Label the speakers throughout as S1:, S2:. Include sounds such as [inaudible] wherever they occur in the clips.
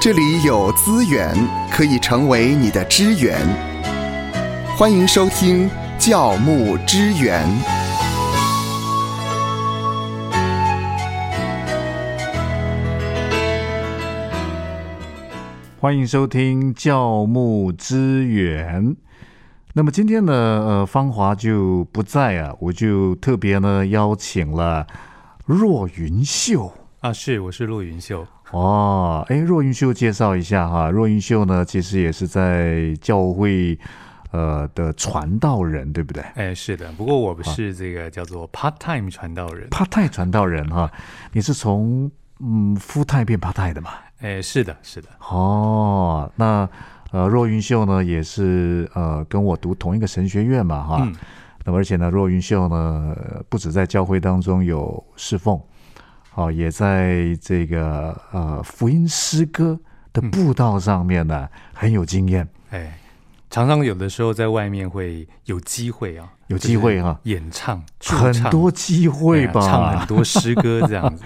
S1: 这里有资源可以成为你的支援。欢迎收听教牧支援。
S2: 欢迎收听教牧支援。那么今天呢，呃，芳华就不在啊，我就特别呢邀请了若云秀
S3: 啊，是，我是陆云秀。
S2: 哦，哎，若云秀介绍一下哈，若云秀呢，其实也是在教会呃的传道人，对不对？
S3: 哎，是的，不过
S2: 啊
S3: 我不是这个叫做 part time 传道人。
S2: 帕泰传道人哈，你是从嗯夫泰变帕泰的嘛？
S3: 哎，是的，是的，
S2: 哦，那呃，若云秀呢，也是呃跟我读同一个神学院嘛，哈。
S3: 嗯
S2: 那么而且呢，若云秀呢，呃不止在教会当中有侍奉，哦，也在这个呃福音诗歌的
S3: 嗯
S2: 布道上面呢、很有经验，
S3: 哎，常常有的时候在外面会有机会啊，
S2: 有机会哈、
S3: 演唱、驻
S2: 很
S3: 唱
S2: 多机会
S3: 哎
S2: 吧。
S3: 唱很多诗歌这样
S2: [laughs]
S3: 子。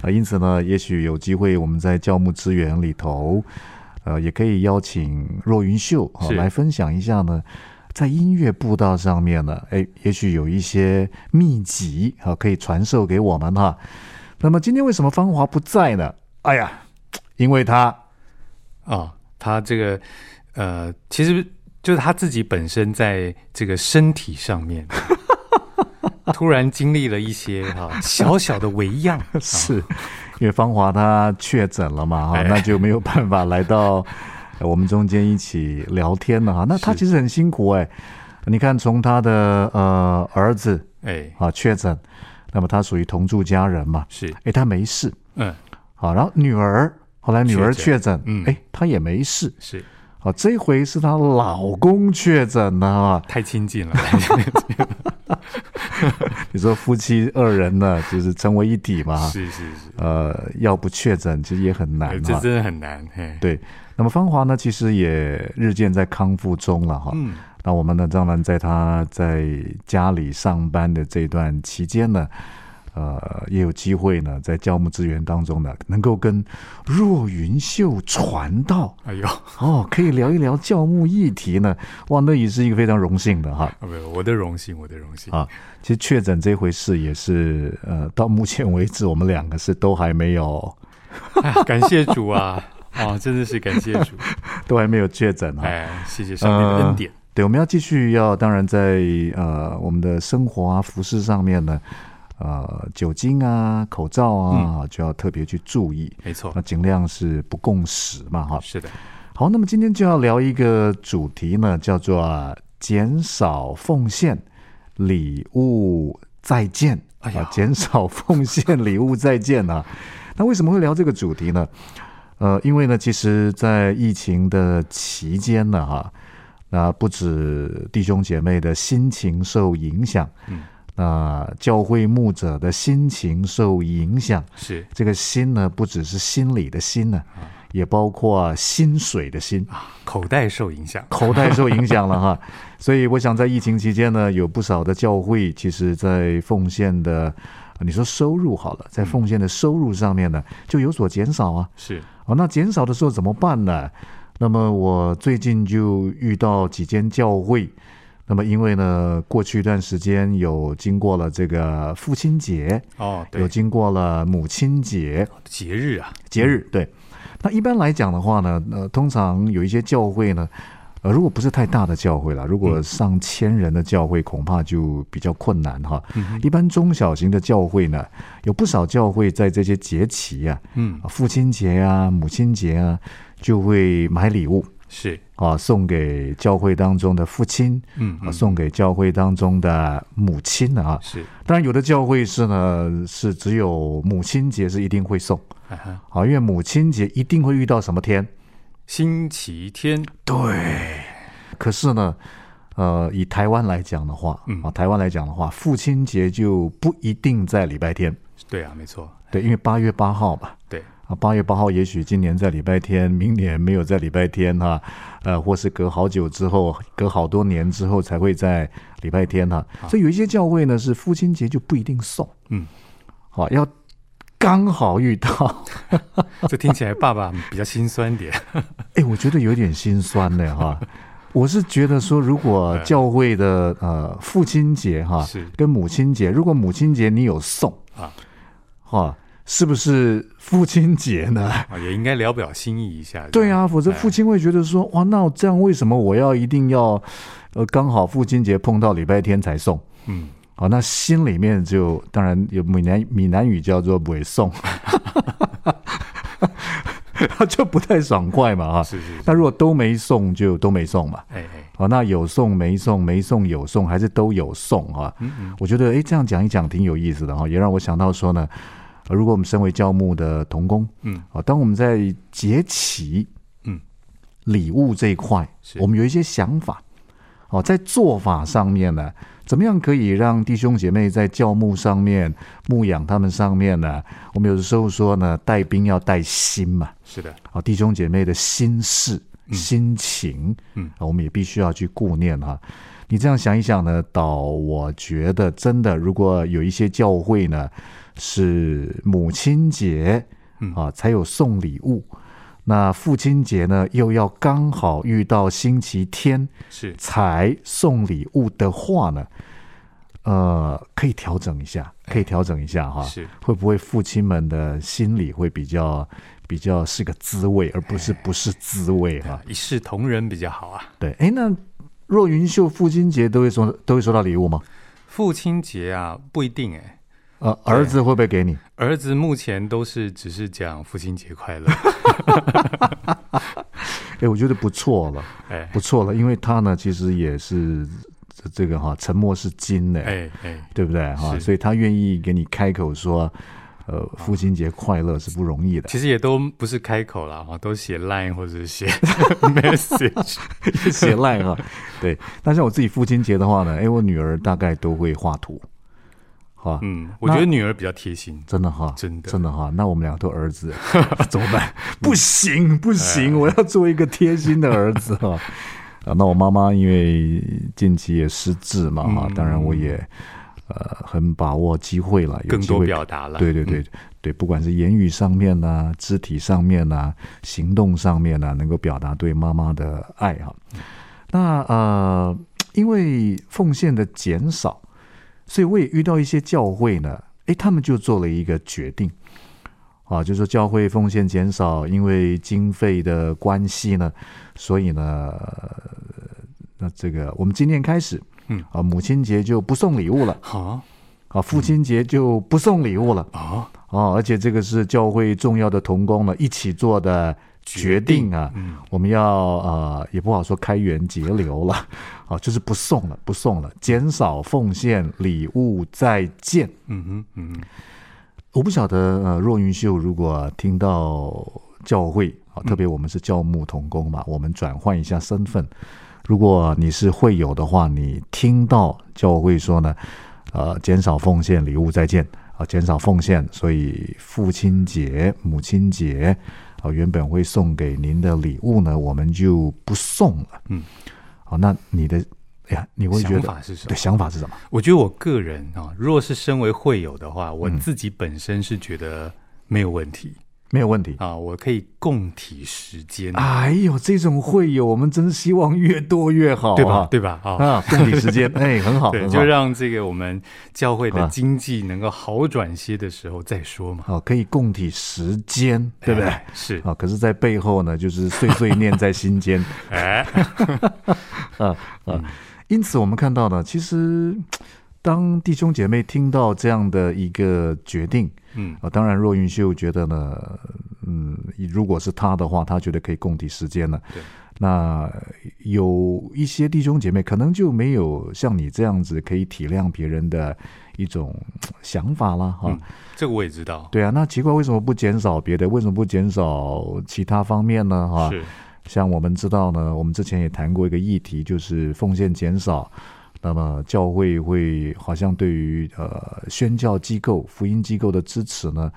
S2: 啊，因此呢，也许有机会我们在教牧资源里头，呃，也可以邀请若云秀啊、
S3: 是
S2: 来分享一下呢，在音乐步道上面呢，哎，也许有一些秘籍啊、可以传授给我们哈。那么今天为什么芳华不在呢？哎呀，因为他
S3: 啊、他这个呃，其实就是他自己本身在这个身体
S2: [laughs]
S3: 上面，突然经历了一些哈、小小的微
S2: [laughs]
S3: 恙，
S2: 是因为芳华他确诊了嘛哈，
S3: 哎
S2: [laughs] 那就没有办法来到呃我们中间一起聊天了哈。那他
S3: 是
S2: 其实很辛苦哎、你看从他的呃儿子。
S3: 哎，
S2: 啊确诊，那么他属于同住家人嘛，
S3: 是，
S2: 诶，他没事，
S3: 嗯，
S2: 好，然后女儿后来女儿确
S3: 确
S2: 诊，
S3: 嗯
S2: 诶，他也没事，
S3: 是
S2: 好，这回是她老公确诊了啊，
S3: 太
S2: [laughs]
S3: 亲近了，
S2: 你说夫妻二人呢，就是成为一体嘛，
S3: [laughs] 是是是。
S2: 呃，要不确诊其实也很难
S3: 哎
S2: 哈
S3: 这，真的很难。嘿，
S2: 对，那么芳华呢，其实也日渐在康复中了哈，
S3: 嗯，
S2: 那我们呢，当然在他在家里上班的这段期间呢，呃，也有机会呢，在教牧资源当中呢，能够跟若云秀传道
S3: 哎呦，
S2: 哦，可以聊一聊教牧议题呢，哇，那也是一个非常荣幸的哈。
S3: 啊，没有，我的荣幸，我的荣幸。
S2: 啊，其实确诊这回事也是，呃，到目前为止我们两个是都还没有，
S3: 哎呀感谢主啊，啊，真的是感谢
S2: [laughs]
S3: 主，
S2: 都还没有确诊哈。
S3: 哎，谢谢上帝的恩典。
S2: 对，我们要继续要，当然在呃我们的生活啊、服饰上面呢，呃，酒精啊、口罩啊，就要特别去注意。
S3: 没错
S2: 那，尽量是不共识嘛，哈。
S3: 是的，
S2: 好，那么今天就要聊一个主题呢，叫做、啊、减少奉献，礼物再见。
S3: 哎呀
S2: 啊， [laughs] 减少奉献，礼物再见啊。那为什么会聊这个主题呢？呃，因为呢，其实，在疫情的期间呢，哈，那不止弟兄姐妹的心情受影响，
S3: 嗯，
S2: 那教会牧者的心情受影响，
S3: 是
S2: 这个心呢，不只是心理的心呢，也包括啊薪水的薪，
S3: 啊，口袋受影响。
S2: 口袋受影响了哈。所以我想在疫情期间呢，有不少的教会，其实在奉献的，呃你说收入好了，在奉献的收入上面呢，就有所减少啊。
S3: 是，
S2: 哦，那减少的时候怎么办呢？那么我最近就遇到几间教会，那么因为呢，过去一段时间有经过了这个父亲节，
S3: 哦，
S2: 有
S3: 对，
S2: 经过了母亲节，
S3: 节日啊，
S2: 节日，对。那一般来讲的话呢，呃，通常有一些教会呢，呃，如果不是太大的教会了，如果上千人的教会，恐怕就比较困难哈。一般中小型的教会呢，有不少教会在这些节期啊，
S3: 嗯，
S2: 父亲节啊、母亲节啊，就会买礼物
S3: 是，
S2: 啊，送给教会当中的父亲，
S3: 嗯，
S2: 啊，送给教会当中的母亲啊。
S3: 是，
S2: 当然，有的教会是呢，是只有母亲节是一定会送。
S3: 啊哈，
S2: 好，因为母亲节一定会遇到什么天？
S3: 星期天，
S2: 对。可是呢，呃，以台湾来讲的话，
S3: 嗯
S2: 啊，台湾来讲的话，父亲节就不一定在礼拜天，
S3: 对啊，没错，
S2: 对，因为八月八号吧，
S3: 对，
S2: 啊，八月八号也许今年在礼拜天，明年没有在礼拜天哈、呃，或是隔好久之后，隔好多年之后才会在礼
S3: 啊
S2: 拜天哈、所以有一些教会呢是父亲节就不一定送，
S3: 嗯，
S2: 好、要刚好遇
S3: [laughs]
S2: 到，
S3: 这听起来爸爸比较心酸
S2: [laughs]
S3: 点。
S2: 哎，我觉得有点心酸呢哈。我是觉得说，如果教会的呃父亲节哈
S3: 哎是
S2: 跟母亲节，如果母亲节你有送
S3: 啊
S2: 哈，是不是父亲节呢？
S3: 啊，也应该聊表心意一下。
S2: 对啊，否则
S3: 哎
S2: 父亲会觉得说，哇，那这样为什么我要一定要，呃，刚好父亲节碰到礼拜天才送？
S3: 嗯，
S2: 好，那心里面就当然有闽南闽南语叫做“尾送”， [laughs] 他就不太爽快嘛啊。
S3: 是是是，
S2: 那如果都没送，就都没送嘛。
S3: 哎哎，
S2: 好，哦那有送没送，没送有送，还是都有送啊？
S3: 嗯嗯，
S2: 我觉得诶，这样讲一讲挺有意思的哈、也让我想到说呢，呃如果我们身为教牧的童工，
S3: 嗯，
S2: 啊，当我们在节期，
S3: 嗯，
S2: 礼物这一块，
S3: 是
S2: 我们有一些想法，哦，在做法上面呢，怎么样可以让弟兄姐妹在教牧上面牧养他们上面呢？我们有的时候说呢，带兵要带心嘛，
S3: 是的，
S2: 啊，弟兄姐妹的心事、
S3: 嗯
S2: 心情，
S3: 嗯
S2: 啊，我们也必须要去顾念哈、你这样想一想呢，倒我觉得真的，如果有一些教会呢是母亲节
S3: 嗯
S2: 啊才有送礼物，那父亲节呢又要刚好遇到星期天
S3: 是
S2: 才送礼物的话呢，呃，可以调整一下，可以调整一下哈、
S3: 哎是，
S2: 会不会父亲们的心里会比较比较是个滋味，而不是
S3: 哎
S2: 不是滋味哈、
S3: 啊一视同仁比较好啊。
S2: 对，哎，那若云秀父亲节都会收都会收到礼物吗？
S3: 父亲节啊，不一定哎。
S2: 呃，儿子会不会给你？
S3: 儿子目前都是只是讲父亲节快
S2: [laughs]
S3: 乐，
S2: 哎，我觉得不错了，
S3: 哎
S2: 不错了，因为他呢其实也是这这个哈，沉默是金呢，
S3: 哎哎，
S2: 对不对哈？
S3: 是
S2: 所以他愿意给你开口说，呃，父亲节快乐是不容易的，
S3: 其实也都不是开口啦，哈，都写 line 或者写 [laughs]
S2: [laughs]
S3: message，
S2: 写赖哈。对，但像我自己父亲节的话呢，哎，我女儿大概都会画图，哈，
S3: 嗯，我觉得女儿比较贴心，
S2: 真的哈，
S3: 真的
S2: 真的哈，那我们两个都儿
S3: [laughs]
S2: 子，怎么办？不行不
S3: 哎
S2: 行，我要做一个贴心的儿子哈。啊，那我妈妈因为近期也失智嘛哈，
S3: 嗯
S2: 当然我也呃很把握机会了，有
S3: 更
S2: 机
S3: 多
S2: 会
S3: 表达了，
S2: 对对对、对，不管是言语上面呐、肢体上面呐、行动上面呐、能够表达对妈妈的爱哈、那呃，因为奉献的减少，所以我也遇到一些教会呢，诶，他们就做了一个决定。啊，就是说教会奉献减少，因为经费的关系呢，所以呢，呃那这个我们今天开始，
S3: 嗯
S2: 啊，母亲节就不送礼物了，
S3: 好
S2: 啊，父亲节就不送礼物了，
S3: 哦，
S2: 哦，而且这个是教会重要的同工呢一起做的决定啊。
S3: 嗯，
S2: 我们要呃，也不好说开源节流了，啊，就是不送了，不送了，减少奉献礼物，再见。
S3: 嗯哼，嗯哼，
S2: 我不晓得呃，若云秀如果听到教会啊，特别我们是教牧同工嘛，我们转换一下身份。如果你是会友的话，你听到教会说呢，呃，减少奉献礼物再见啊，减少奉献，所以父亲节、母亲节啊，原本会送给您的礼物呢，我们就不送了。
S3: 嗯，
S2: 好，那你的哎呀，你会觉
S3: 想
S2: 得
S3: 法是什么
S2: 对？想法是什么？
S3: 我觉得我个人啊，若是身为会友的话，
S2: 嗯
S3: 我自己本身是觉得没有问题
S2: 没有问题。
S3: 啊，我可以共体时间，
S2: 哎呦，这种会友，我们真希望越多越好、啊，
S3: 对吧？对吧？啊。
S2: 啊，共体时间， [laughs] 哎，很好，
S3: 对，
S2: 很好
S3: 就让这个我们教会
S2: 啊
S3: 的经济能够好转些的时候再说嘛，
S2: 好，可以共体时间，对不对？
S3: 哎？是，
S2: 啊，可是，在背后呢，就是碎碎念在心
S3: [laughs]
S2: 间
S3: 哎，
S2: [laughs]
S3: 嗯
S2: 啊啊。因此，我们看到呢，其实当弟兄姐妹听到这样的一个决定
S3: 嗯，
S2: 啊，当然，若云秀觉得呢，嗯，如果是他的话，他觉得可以共体时间了。
S3: 对，
S2: 那有一些弟兄姐妹可能就没有像你这样子可以体谅别人的一种嗯想法啦，哈、
S3: 嗯这个我也知道，
S2: 对啊，那奇怪，为什么不减少别的？为什么不减少其他方面呢？哈，
S3: 是，
S2: 像我们知道呢，我们之前也谈过一个议题，就是奉献减少。那么教会会好像对于呃宣教机构、福音机构的支持呢，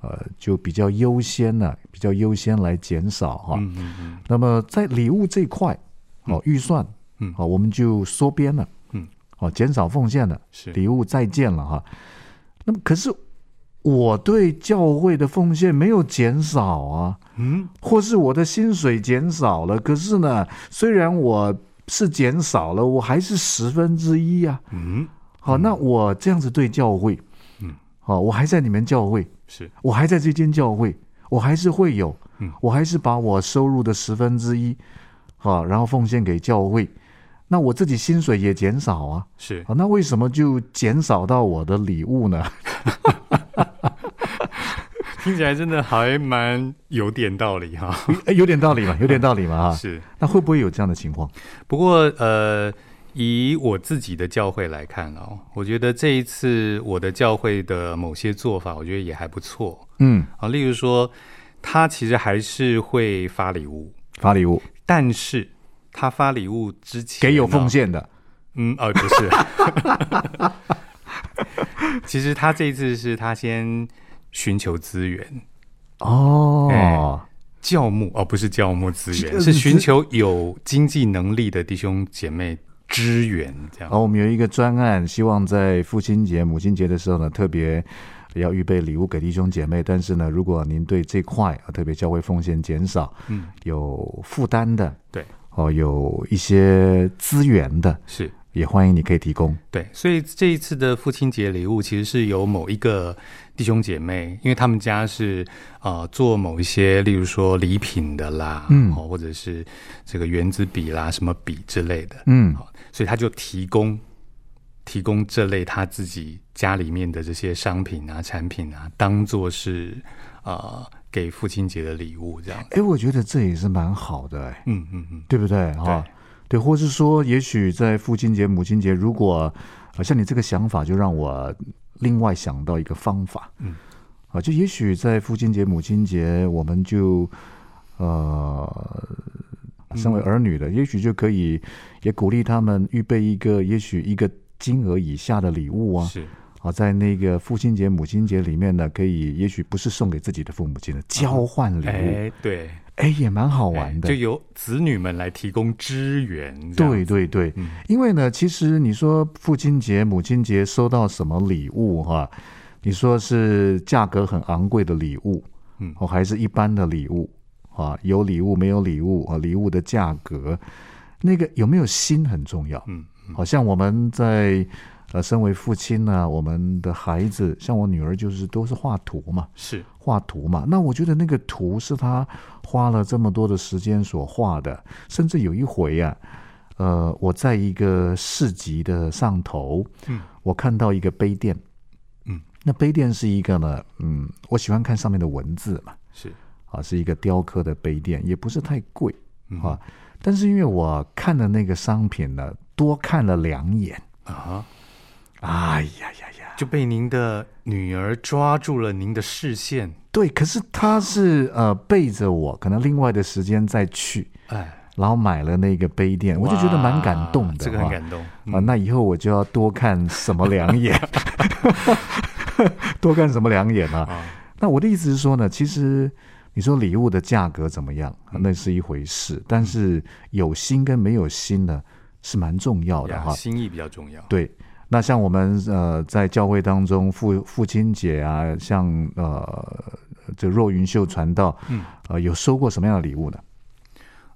S2: 呃，就比较优先呢、比较优先来减少哈、
S3: 嗯嗯嗯，
S2: 那么在礼物这一块，哦，预算，
S3: 嗯
S2: 哦，我们就缩编了，
S3: 嗯，
S2: 哦，减少奉献了，
S3: 是，
S2: 礼物再见了哈。那么可是我对教会的奉献没有减少啊，
S3: 嗯，
S2: 或是我的薪水减少了，可是呢，虽然我是减少了，我还是十分之一啊。
S3: 嗯，
S2: 好，那我这样子对教会，
S3: 嗯，
S2: 好，我还在你们教会，
S3: 是，
S2: 我还在这间教会，我还是会有，
S3: 嗯
S2: 我还是把我收入的十分之一，好，然后奉献给教会。那我自己薪水也减少啊，
S3: 是，
S2: 好，那为什么就减少到我的礼物呢？ [laughs]
S3: 听起来真的还蛮有点道理哈、
S2: 哎有点道理嘛，有点道理嘛啊。
S3: 是，
S2: 那会不会有这样的情况？
S3: 不过呃，以我自己的教会来看哦，我觉得这一次我的教会的某些做法，我觉得也还不错
S2: 嗯，
S3: 啊。例如说，他其实还是会发礼物，
S2: 发礼物
S3: 但是他发礼物之前
S2: 给有
S3: 呢
S2: 奉献的，
S3: 嗯，哦，不是。 [laughs] 其实他这一次是他先寻求资源，哎
S2: 哦，
S3: 教牧哦，不是教牧资源，
S2: 是
S3: 是寻求有经济能力的弟兄姐妹支援，
S2: 然
S3: 这样。
S2: 后我们有一个专案，希望在父亲节、母亲节的时候呢，特别要预备礼物给弟兄姐妹。但是呢，如果您对这块啊，特别教会奉献减少
S3: 嗯，
S2: 有负担的，
S3: 对，
S2: 哦，有一些资源的，
S3: 是
S2: 也欢迎你可以提供。
S3: 对。所以这一次的父亲节礼物，其实是由某一个弟兄姐妹，因为他们家是呃做某一些，例如说礼品的啦，
S2: 嗯
S3: 哦，或者是这个圆珠笔啦、什么笔之类的，
S2: 嗯，
S3: 好，所以他就提供提供这类他自己家里面的这些商品啊、产品啊，当做是呃给父亲节的礼物这样。
S2: 哎，我觉得这也是蛮好的，哎，
S3: 嗯嗯嗯，
S2: 对不对
S3: 对
S2: 啊？对，或是说，也许在父亲节、母亲节，如果呃像你这个想法，就让我另外想到一个方法，
S3: 嗯，
S2: 啊，就也许在父亲节、母亲节，我们就呃，身
S3: 嗯
S2: 为儿女的，也许就可以也鼓励他们预备一个，也许一个金额以下的礼物啊，
S3: 是
S2: 啊，在那个父亲节、母亲节里面呢，可以也许不是送给自己的父母亲的，交换礼物，
S3: 嗯哎对，
S2: 哎，也蛮好
S3: 好
S2: 玩的
S3: 就，由子女们来提供支援。这样
S2: 对，对对。
S3: 嗯
S2: 因为呢，其实你说父亲节、母亲节收到什么礼物哈、你说是价格很昂贵的礼物，
S3: 嗯
S2: 哦，还是一般的礼物啊？有礼物没有礼物啊？礼物的价格，那个有没有心很重要。
S3: 嗯，
S2: 好像我们在呃，身为父亲呢、我们的孩子，像我女儿就是都是画图嘛，
S3: 是
S2: 画图嘛。那我觉得那个图是他花了这么多的时间所画的，甚至有一回啊，呃，我在一个市集的上头，
S3: 嗯，
S2: 我看到一个杯垫，
S3: 嗯，
S2: 那杯垫是一个呢，嗯，我喜欢看上面的文字嘛，
S3: 是，
S2: 啊，是一个雕刻的杯垫，也不是太贵
S3: 嗯
S2: 啊，但是因为我看了那个商品呢，多看了两眼，
S3: 啊，
S2: 哎呀呀呀！
S3: 就被您的女儿抓住了您的视线。
S2: 对，可是他是呃背着我，可能另外的时间再去，
S3: 哎，
S2: 然后买了那个杯哎垫，我就觉得蛮感动的
S3: 哇
S2: 哈。
S3: 这个很感动。嗯
S2: 啊，那以后我就要多看什么两眼， [laughs] 多看什么两眼啊？
S3: 啊，
S2: 那我的意思是说呢，其实你说礼物的价格怎么样，
S3: 嗯
S2: 啊那是一回事，但是有心跟没有心呢，是蛮重要的
S3: 呀
S2: 哈。
S3: 心意比较重要。
S2: 对，那像我们呃在教会当中父父亲节啊，像呃这若云秀传道，
S3: 嗯，
S2: 呃有收过什么样的礼物呢？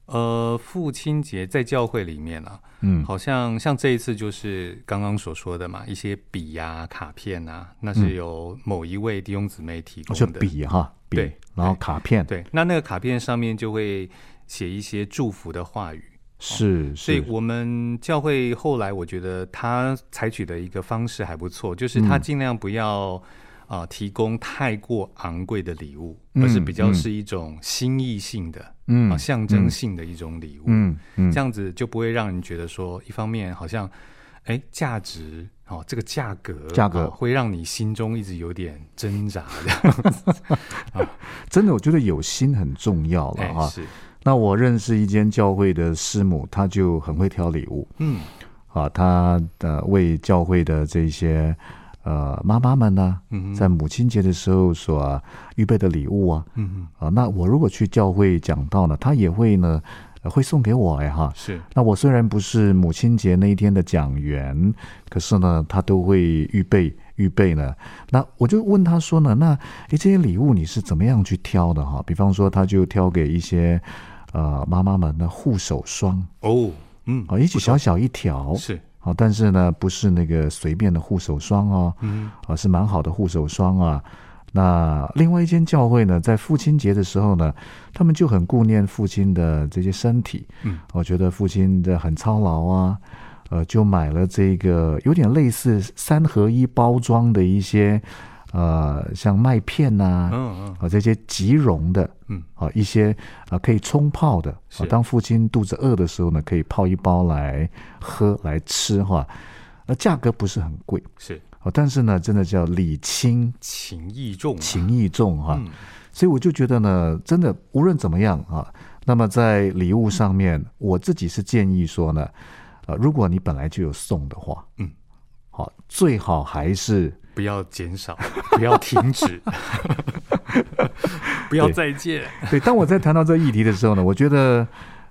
S3: 呃，父亲节在教会里面啊，
S2: 嗯，
S3: 好像像这一次就是刚刚所说的嘛，一些笔呀、卡片啊，那是由某一位弟兄姊妹提
S2: 就
S3: 供
S2: 嗯哦
S3: 的。
S2: 笔哈笔
S3: 对，
S2: 然后卡片，
S3: 对，那那个卡片上面就会写一些祝福的话语。
S2: 是
S3: 哦所
S2: 是，
S3: 以我们教会后来，我觉得他采取的一个方式还不错，就是
S2: 嗯
S3: 他尽量不要啊、呃提供太过昂贵的礼物，而是
S2: 嗯
S3: 比较
S2: 嗯
S3: 是一种心意性的啊、
S2: 嗯
S3: 象征性的一种礼物。
S2: 嗯嗯
S3: 这样子就不会让人觉得说，一方面好像，哎，价值哦，这个价格
S2: 价格
S3: 哦会让你心中一直有点挣扎，这
S2: [laughs]
S3: 样
S2: 真的我觉得有心很重要了
S3: [laughs] 哎
S2: 哈。
S3: 是，
S2: 那我认识一间教会的师母，她就很会挑礼物
S3: 嗯
S2: 啊，她呃为教会的这些呃妈妈们呢、
S3: 嗯
S2: 在母亲节的时候所预备的礼物啊，
S3: 嗯，
S2: 啊，那我如果去教会讲道呢，他也会呢，呃会送给我哎哈。
S3: 是
S2: 那我虽然不是母亲节那一天的讲员，可是呢，他都会预备预备呢？那我就问他说呢，那诶这些礼物你是怎么样去挑的哈？比方说，他就挑给一些呃妈妈们的护手霜
S3: 哦，嗯，
S2: 啊，也许小小一条
S3: 是
S2: 好，哦但是呢，不是那个随便的护手霜哦，嗯，啊，是蛮好的护手霜啊。那另外一间教会呢，在父亲节的时候呢，他们就很顾念父亲的这些身体，
S3: 嗯，
S2: 我觉得父亲的很操劳啊，呃，就买了这个有点类似三合一包装的一些，呃，像麦片呐、啊，
S3: 嗯嗯
S2: 啊，这些即溶的，
S3: 嗯，
S2: 啊，一些啊可以冲泡的，啊
S3: 是，
S2: 当父亲肚子饿的时候呢，可以泡一包来喝来吃哈，呃，价格不是很贵，
S3: 是
S2: 啊，但是呢，真的叫礼轻
S3: 情意重啊，
S2: 情意重哈，
S3: 嗯
S2: 所以我就觉得呢，真的无论怎么样啊，那么在礼物上面，我自己是建议说呢，呃，如果你本来就有送的话，
S3: 嗯，
S2: 好，最好还是
S3: 不要减少， [laughs] 不要停 [laughs] 止，不要再见。
S2: [laughs] 对，当我在谈到这议题的时候呢，我觉得，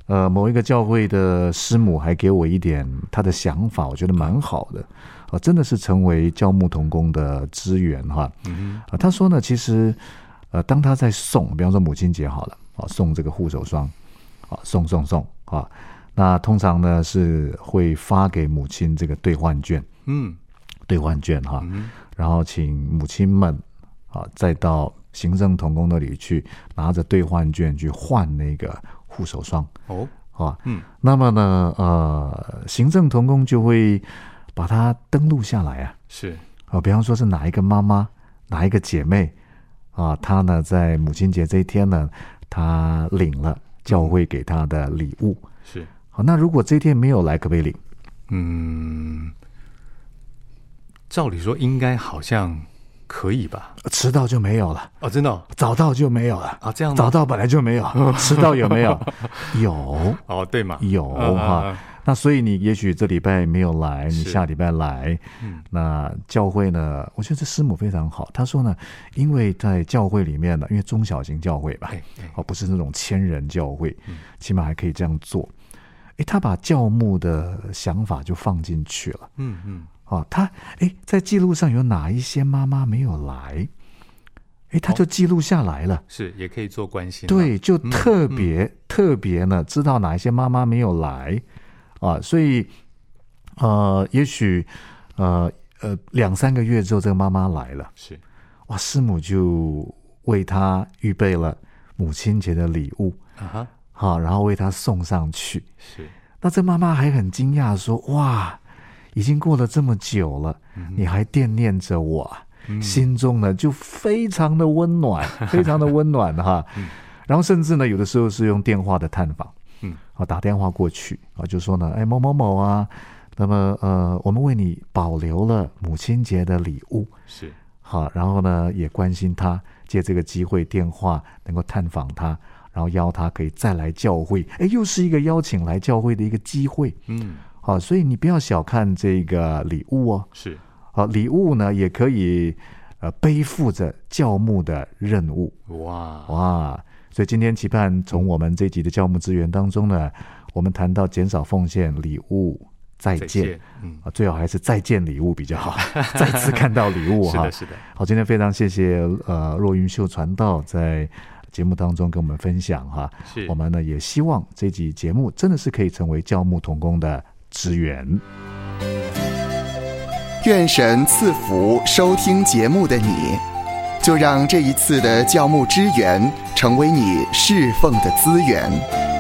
S2: 呃，某一个教会的师母还给我一点她的想法，我觉得蛮好的，啊、真的是成为教牧童工的资源哈。
S3: 嗯
S2: 啊，他说呢，其实，呃，当他在送，比方说母亲节好了，啊，送这个护手霜，啊，送送送啊，那通常呢是会发给母亲这个兑换券，
S3: 嗯
S2: 兑换券哈、
S3: 嗯
S2: 然后请母亲们啊，再到行政童工那里去拿着兑换券去换那个护手霜
S3: 哦
S2: 啊。
S3: 嗯，
S2: 那么呢，呃，行政童工就会把它登录下来啊，
S3: 是
S2: 啊，比方说是哪一个妈妈，哪一个姐妹啊，她呢在母亲节这一天呢，她领了教会给她的礼物。
S3: 是，
S2: 好，那如果这一天没有来，可不可以领？
S3: 嗯，照理说应该好像可以吧？
S2: 迟到就没有了，
S3: 哦，真的哦
S2: 早到就没有了。
S3: 啊，这样吗
S2: 早到本来就没
S3: [laughs]
S2: 有，迟到有没有？有
S3: 哦，对嘛，
S2: 有
S3: 嗯
S2: 哈。，那所以你也许这礼拜没有来，你
S3: 是
S2: 下礼拜来
S3: 嗯。
S2: 那教会呢？我觉得这师母非常好。她说呢，因为在教会里面呢，因为中小型教会吧
S3: 哎，哎
S2: 哦，不是那种千人教会，
S3: 嗯
S2: 起码还可以这样做。诶，他把教牧的想法就放进去了。
S3: 嗯嗯
S2: 哦，他诶，在记录上有哪一些妈妈没有来？诶，
S3: 哦
S2: 他就记录下来了。
S3: 是也可以做关心，，
S2: 对，就特别、特别呢，知道哪一些妈妈没有来啊，所以呃，也许呃呃两三个月之后，这个妈妈来了，
S3: 是
S2: 哇，师母就为她预备了母亲节的礼物，
S3: 啊哈，
S2: 好、然后为她送上去。
S3: 是
S2: 那这妈妈还很惊讶说：“哇，已经过了这么久了，你还惦念着我啊，心中呢就非常的温暖，非常的温暖哈。然后甚至呢，有的时候是用电话的探访，
S3: 嗯，
S2: 啊，打电话过去啊，就说呢，哎，某某某啊，那么呃，我们为你保留了母亲节的礼物，
S3: 是
S2: 好，然后呢也关心他，借这个机会电话能够探访他，然后邀他可以再来教会，哎，又是一个邀请来教会的一个机会。
S3: 嗯
S2: 好，所以你不要小看这个礼物哦，
S3: 是
S2: 好，礼物呢也可以呃背负着教牧的任务
S3: 哇
S2: 哇。所以今天期盼从我们这集的教牧资源当中呢，我们谈到减少奉献礼物再
S3: 再
S2: 见
S3: 见，嗯
S2: 啊，最好还是再见礼物比较
S3: [laughs]
S2: 好，再次看到礼物
S3: 是
S2: 哈
S3: 的。是的，
S2: 好，今天非常谢谢呃若云秀传道在节目当中跟我们分享哈，
S3: 是
S2: 我们呢也希望这集节目真的是可以成为教牧童工的支援。
S1: 愿神赐福收听节目的你，就让这一次的教牧支援成为你侍奉的资源。